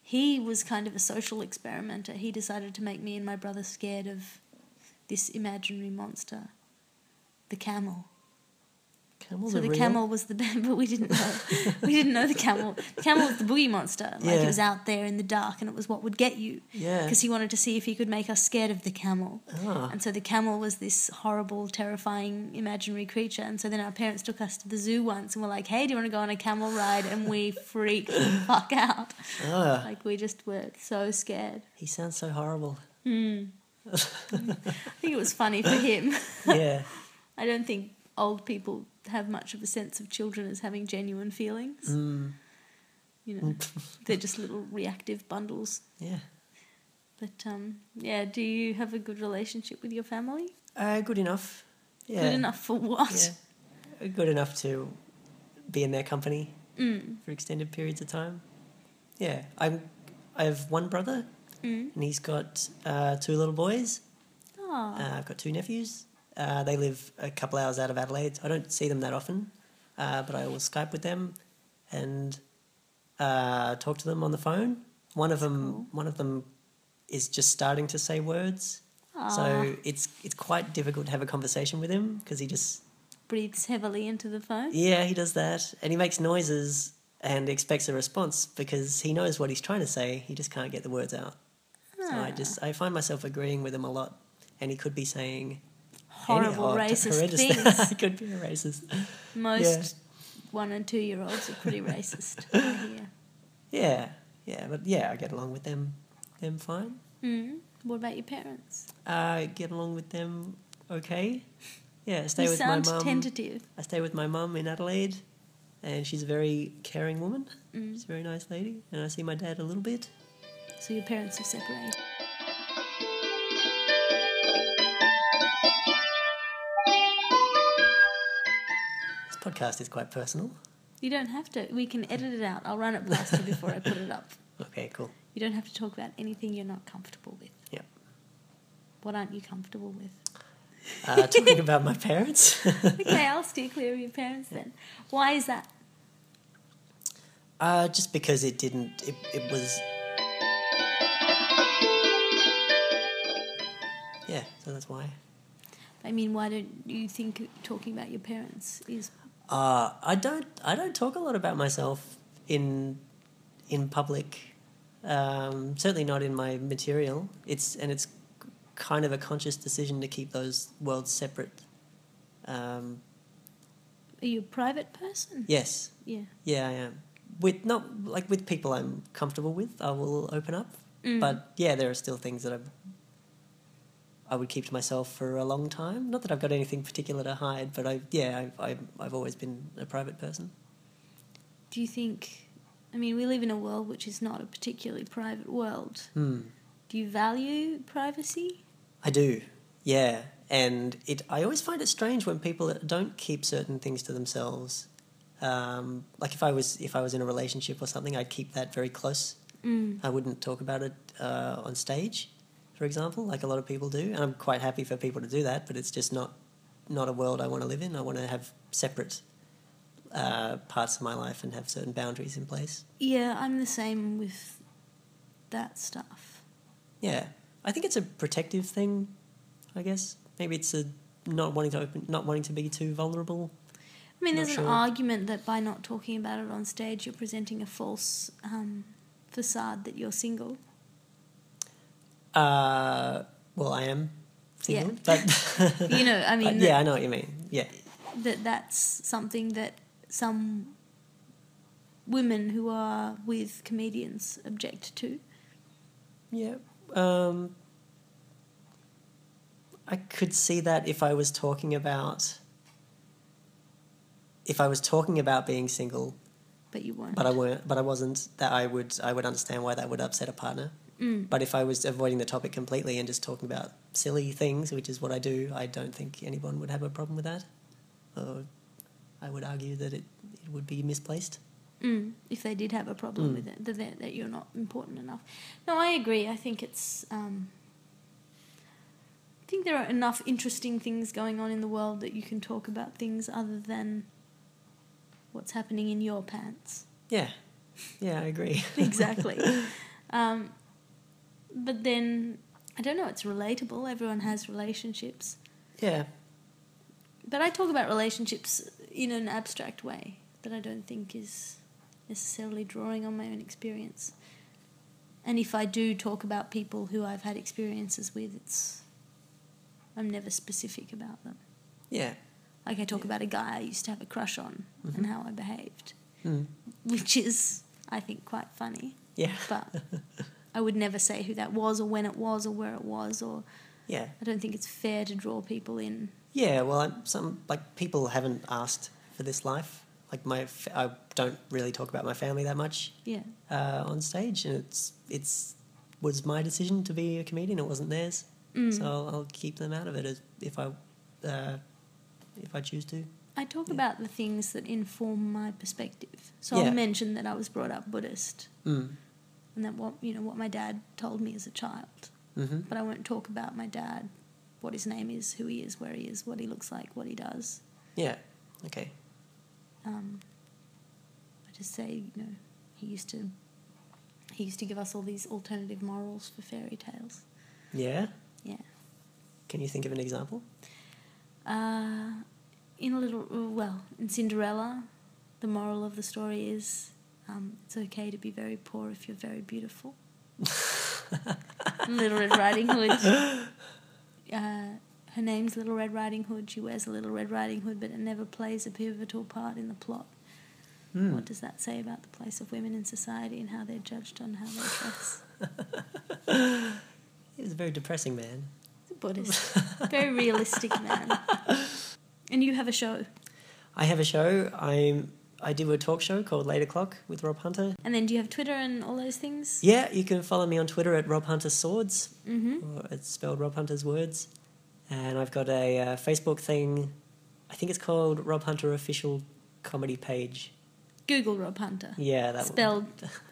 Speaker 3: he was kind of a social experimenter. He decided to make me and my brother scared of this imaginary monster, the camel.
Speaker 2: Camels
Speaker 3: so
Speaker 2: are
Speaker 3: the
Speaker 2: real.
Speaker 3: camel was the [LAUGHS] but we didn't know we didn't know the camel. The camel was the boogie monster. Like
Speaker 2: Yeah.
Speaker 3: it was out there in the dark, and it was what would get you.
Speaker 2: Yeah.
Speaker 3: Because he wanted to see if he could make us scared of the camel.
Speaker 2: Ah.
Speaker 3: And so the camel was this horrible, terrifying, imaginary creature. And so then our parents took us to the zoo once and were like, hey, do you want to go on a camel ride?
Speaker 2: [LAUGHS]
Speaker 3: And we freaked the fuck out.
Speaker 2: Ah,
Speaker 3: Like, we just were so scared.
Speaker 2: he sounds so horrible. [LAUGHS]
Speaker 3: I think it was funny for him.
Speaker 2: Yeah.
Speaker 3: I don't think old people have much of a sense of children as having genuine feelings. You know,
Speaker 2: Mm. [LAUGHS]
Speaker 3: they're just little reactive bundles.
Speaker 2: yeah.
Speaker 3: But um, yeah, do you have a good relationship with your family?
Speaker 2: Uh, good enough. Yeah.
Speaker 3: Good enough for what?
Speaker 2: Yeah. Good enough to be in their company for extended periods of time. Yeah, I'm. I have one brother, and he's got uh, two little boys.
Speaker 3: Ah,
Speaker 2: Uh, I've got two nephews. Uh, they live a couple hours out of Adelaide. I don't see them that often, uh, but I will Skype with them and uh, talk to them on the phone. One of them, one of them, is just starting to say words, so it's it's quite difficult to have a conversation with him because he just
Speaker 3: [LAUGHS] breathes heavily into the phone.
Speaker 2: yeah he does that and he makes noises and expects a response because he knows what he's trying to say. He just can't get the words out. So
Speaker 3: Ah.
Speaker 2: I just I find myself agreeing with him a lot, and he could be saying any-
Speaker 3: horrible
Speaker 2: oh,
Speaker 3: racist
Speaker 2: horrendous thing. [LAUGHS]
Speaker 3: things.
Speaker 2: It could be a racist.
Speaker 3: Most one and two year olds are pretty racist.
Speaker 2: [LAUGHS]
Speaker 3: I hear.
Speaker 2: Yeah, yeah, but yeah, I get along with them, them fine.
Speaker 3: Mm. What about your parents?
Speaker 2: I get along with them okay. Yeah, I stay
Speaker 3: you
Speaker 2: with my
Speaker 3: sound
Speaker 2: mum.
Speaker 3: tentative.
Speaker 2: I stay with my mum in Adelaide, and she's a very caring woman.
Speaker 3: Mm.
Speaker 2: She's a very nice lady, and I see my dad a little bit.
Speaker 3: So your parents have separated.
Speaker 2: This podcast is quite personal.
Speaker 3: You don't have to. We can edit it out. I'll run it past you before I put it up.
Speaker 2: Okay, cool.
Speaker 3: You don't have to talk about anything you're not comfortable with.
Speaker 2: Yeah,
Speaker 3: What aren't you comfortable with?
Speaker 2: uh, [LAUGHS] talking about my parents. [LAUGHS]
Speaker 3: Okay, I'll steer clear of your parents then. Why is that?
Speaker 2: Uh, just because it didn't, it, it was. Yeah, so that's why.
Speaker 3: I mean, why don't you think talking about your parents is
Speaker 2: Uh, I don't, I don't talk a lot about myself in, in public. Um, certainly not in my material. It's and it's kind of a conscious decision to keep those worlds separate. Um,
Speaker 3: are you a private person?
Speaker 2: yes,
Speaker 3: Yeah.
Speaker 2: Yeah, I am. With not like with people I'm comfortable with, I will open up. But yeah, there are still things that I I would keep to myself for a long time. Not that I've got anything particular to hide, but I yeah, I, I I've always been a private person.
Speaker 3: Do you think? I mean, we live in a world which is not a particularly private world.
Speaker 2: Hmm.
Speaker 3: Do you value privacy?
Speaker 2: I do. Yeah, and it I always find it strange when people don't keep certain things to themselves. Um, like if I was if I was in a relationship or something, I'd keep that very close. Mm. I wouldn't talk about it uh, on stage, for example, like a lot of people do, and I'm quite happy for people to do that. But it's just not not a world I want to live in. I want to have separate uh, parts of my life and have certain boundaries in place.
Speaker 3: Yeah, I'm the same with that stuff.
Speaker 2: Yeah, I think it's a protective thing. I guess maybe it's a not wanting to open, not wanting to be too vulnerable.
Speaker 3: I mean,
Speaker 2: Not
Speaker 3: there's an
Speaker 2: sure.
Speaker 3: argument that by not talking about it on stage, you're presenting a false um, facade that you're [LAUGHS] single.
Speaker 2: Uh, well, I am single,
Speaker 3: Yeah.
Speaker 2: but
Speaker 3: You know, [LAUGHS] I
Speaker 2: [LAUGHS]
Speaker 3: mean,
Speaker 2: yeah, I know what you mean. Yeah,
Speaker 3: that, that that's something that some women who are with comedians object to.
Speaker 2: yeah. Um, I could see that if I was talking about if I was talking about being single,
Speaker 3: But you won't.
Speaker 2: but I weren't, but I wasn't. That I would, I would understand why that would upset a partner. But if I was avoiding the topic completely and just talking about silly things, which is what I do, I don't think anyone would have a problem with that. Or I would argue that it, it would be misplaced.
Speaker 3: Mm, if they did have a problem with it, that, that, that you're not important enough. No, I agree. I think it's. Um, I think there are enough interesting things going on in the world that you can talk about things other than what's happening in your pants.
Speaker 2: Yeah. Yeah, I agree. [LAUGHS]
Speaker 3: [LAUGHS] Exactly. um, but then, I don't know, it's relatable. Everyone has relationships.
Speaker 2: yeah.
Speaker 3: But I talk about relationships in an abstract way that I don't think is necessarily drawing on my own experience. And if I do talk about people who I've had experiences with, it's I'm never specific about them.
Speaker 2: Yeah.
Speaker 3: Like I talk about a guy I used to have a crush on and how I behaved, which is I think quite funny.
Speaker 2: Yeah.
Speaker 3: But I would never say who that was or when it was or where it was or
Speaker 2: Yeah.
Speaker 3: I don't think it's fair to draw people in.
Speaker 2: Yeah, well, i some like people haven't asked for this life. Like my, fa- I don't really talk about my family that much
Speaker 3: Yeah.
Speaker 2: uh, on stage, and it's it's was my decision to be a comedian. It wasn't theirs, so I'll, I'll keep them out of it as, if I uh, if I choose to.
Speaker 3: I talk about the things that inform my perspective. So
Speaker 2: Yeah.
Speaker 3: I'll mention that I was brought up Buddhist
Speaker 2: Mm.
Speaker 3: and that what you know what my dad told me as a child.
Speaker 2: Mm-hmm.
Speaker 3: But I won't talk about my dad, what his name is, who he is, where he is, what he looks like, what he does.
Speaker 2: Yeah. Okay.
Speaker 3: Um, I just say, you know, he used to he used to give us all these alternative morals for fairy tales.
Speaker 2: Yeah.
Speaker 3: Yeah.
Speaker 2: Can you think of an example?
Speaker 3: Uh, in a little, well, in Cinderella, the moral of the story is um, it's okay to be very poor if you're very beautiful. little Red Riding Hood. Uh, her name's Little Red Riding Hood. She wears a Little Red Riding Hood, but it never plays a pivotal part in the plot. What does that say about the place of women in society and how they're judged on how they dress?
Speaker 2: He was a very depressing man.
Speaker 3: He's a Buddhist, very realistic man. And you have a show,
Speaker 2: I have a show. I'm I do a talk show called Late O'clock with Rob Hunter.
Speaker 3: and then do you have Twitter and all those things?
Speaker 2: Yeah, you can follow me on Twitter at Rob Hunter Swords. Mm-hmm. Or it's spelled Rob Hunter's Words. And I've got a uh, Facebook thing. I think it's called Rob Hunter Official Comedy Page.
Speaker 3: Google Rob Hunter.
Speaker 2: Yeah, that
Speaker 3: Spelled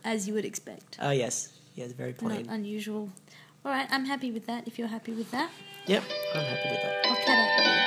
Speaker 3: as you
Speaker 2: [LAUGHS]
Speaker 3: would expect.
Speaker 2: One. Oh yes, yeah, it's very plain.
Speaker 3: Not unusual. All right, I'm happy with that. If you're happy with that,
Speaker 2: Yep, I'm happy with that.
Speaker 3: I'll cut out the